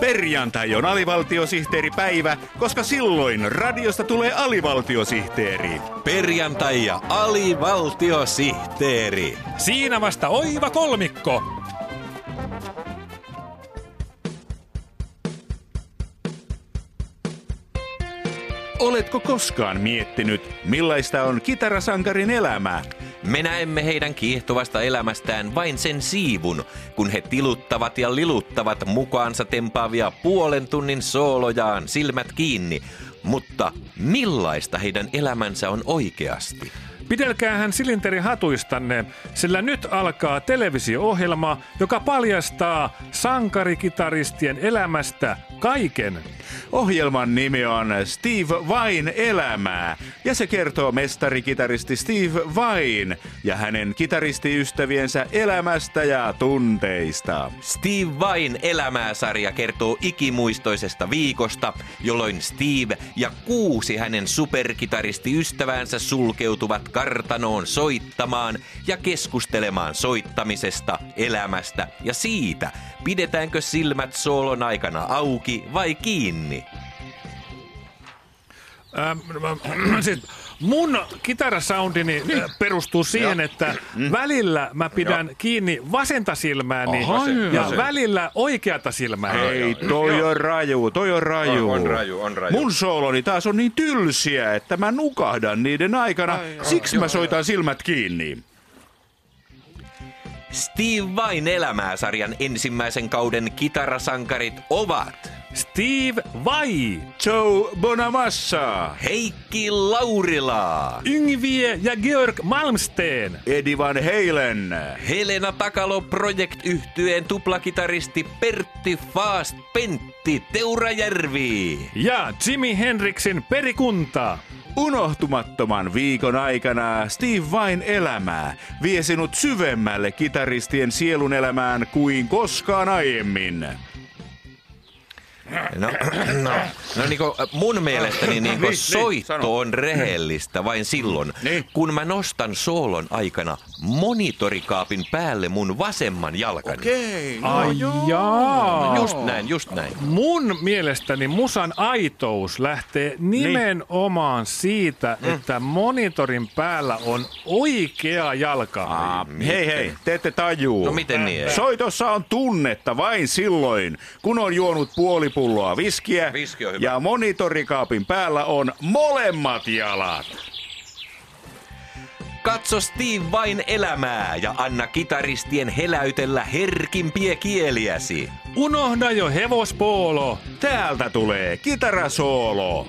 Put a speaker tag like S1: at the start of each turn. S1: Perjantai on alivaltiosihteeripäivä, koska silloin radiosta tulee alivaltiosihteeri.
S2: Perjantai ja alivaltiosihteeri.
S3: Siinä vasta oiva kolmikko.
S1: Oletko koskaan miettinyt, millaista on kitarasankarin elämä?
S2: Me näemme heidän kiehtovasta elämästään vain sen siivun, kun he tiluttavat ja liluttavat mukaansa tempaavia puolen tunnin soolojaan silmät kiinni. Mutta millaista heidän elämänsä on oikeasti?
S3: Pidelkäähän silinteri hatuistanne, sillä nyt alkaa televisio-ohjelma, joka paljastaa sankarikitaristien elämästä kaiken.
S1: Ohjelman nimi on Steve Vain elämää ja se kertoo mestarikitaristi Steve Vain ja hänen kitaristiystäviensä elämästä ja tunteista.
S2: Steve Vain elämää-sarja kertoo ikimuistoisesta viikosta, jolloin Steve ja kuusi hänen superkitaristiystäväänsä sulkeutuvat kartanoon soittamaan ja keskustelemaan soittamisesta, elämästä ja siitä, pidetäänkö silmät soolon aikana auki vai kiinni.
S3: Ähm, ähm, siis mun kitarasoundini äh, perustuu siihen, että välillä mä pidän kiinni vasenta silmääni
S4: Aha,
S3: ja
S4: vasen.
S3: välillä oikeata silmääni.
S1: Ei, toi on raju, toi on raju.
S4: On- on raju, on raju.
S1: Mun sooloni taas on niin tylsiä, että mä nukahdan niiden aikana, siksi mä soitan silmät kiinni.
S2: Steve Vain elämää-sarjan ensimmäisen kauden kitarasankarit ovat
S3: Steve Vai,
S1: Joe Bonamassa,
S2: Heikki Laurila,
S3: Yngvie ja Georg Malmsteen.
S1: Eddie Van Halen,
S2: Helena Takalo Project yhtyeen tuplakitaristi Pertti Faast Pentti Teurajärvi.
S3: Ja Jimi Henriksen perikunta.
S1: unohtumattoman viikon aikana Steve Vain elämää vie sinut syvemmälle kitaristien sielun elämään kuin koskaan aiemmin.
S2: No, no, no niin kuin mun mielestäni niin kuin
S1: Niin, niin,
S2: soitto
S1: sano.
S2: on rehellistä vain silloin,
S1: Niin.
S2: kun mä nostan soolon aikana monitorikaapin päälle mun vasemman jalkani.
S1: Okei,
S4: no.
S3: Ai jaa.
S2: Just näin, just näin.
S3: Mun mielestäni musan aitous lähtee nimenomaan siitä, että monitorin päällä on oikea jalka.
S1: Hei hei, te ette tajuu.
S2: No miten niin?
S1: Soitossa on tunnetta vain silloin, kun on juonut puoli pulloa viskiä
S2: Viski on hyvä.
S1: ja monitorikaapin päällä on molemmat jalat.
S2: Katso Steve vain elämää ja anna kitaristien heläytellä herkimpiä kieliäsi.
S3: Unohda jo hevospoolo.
S1: Täältä tulee kitarasoolo.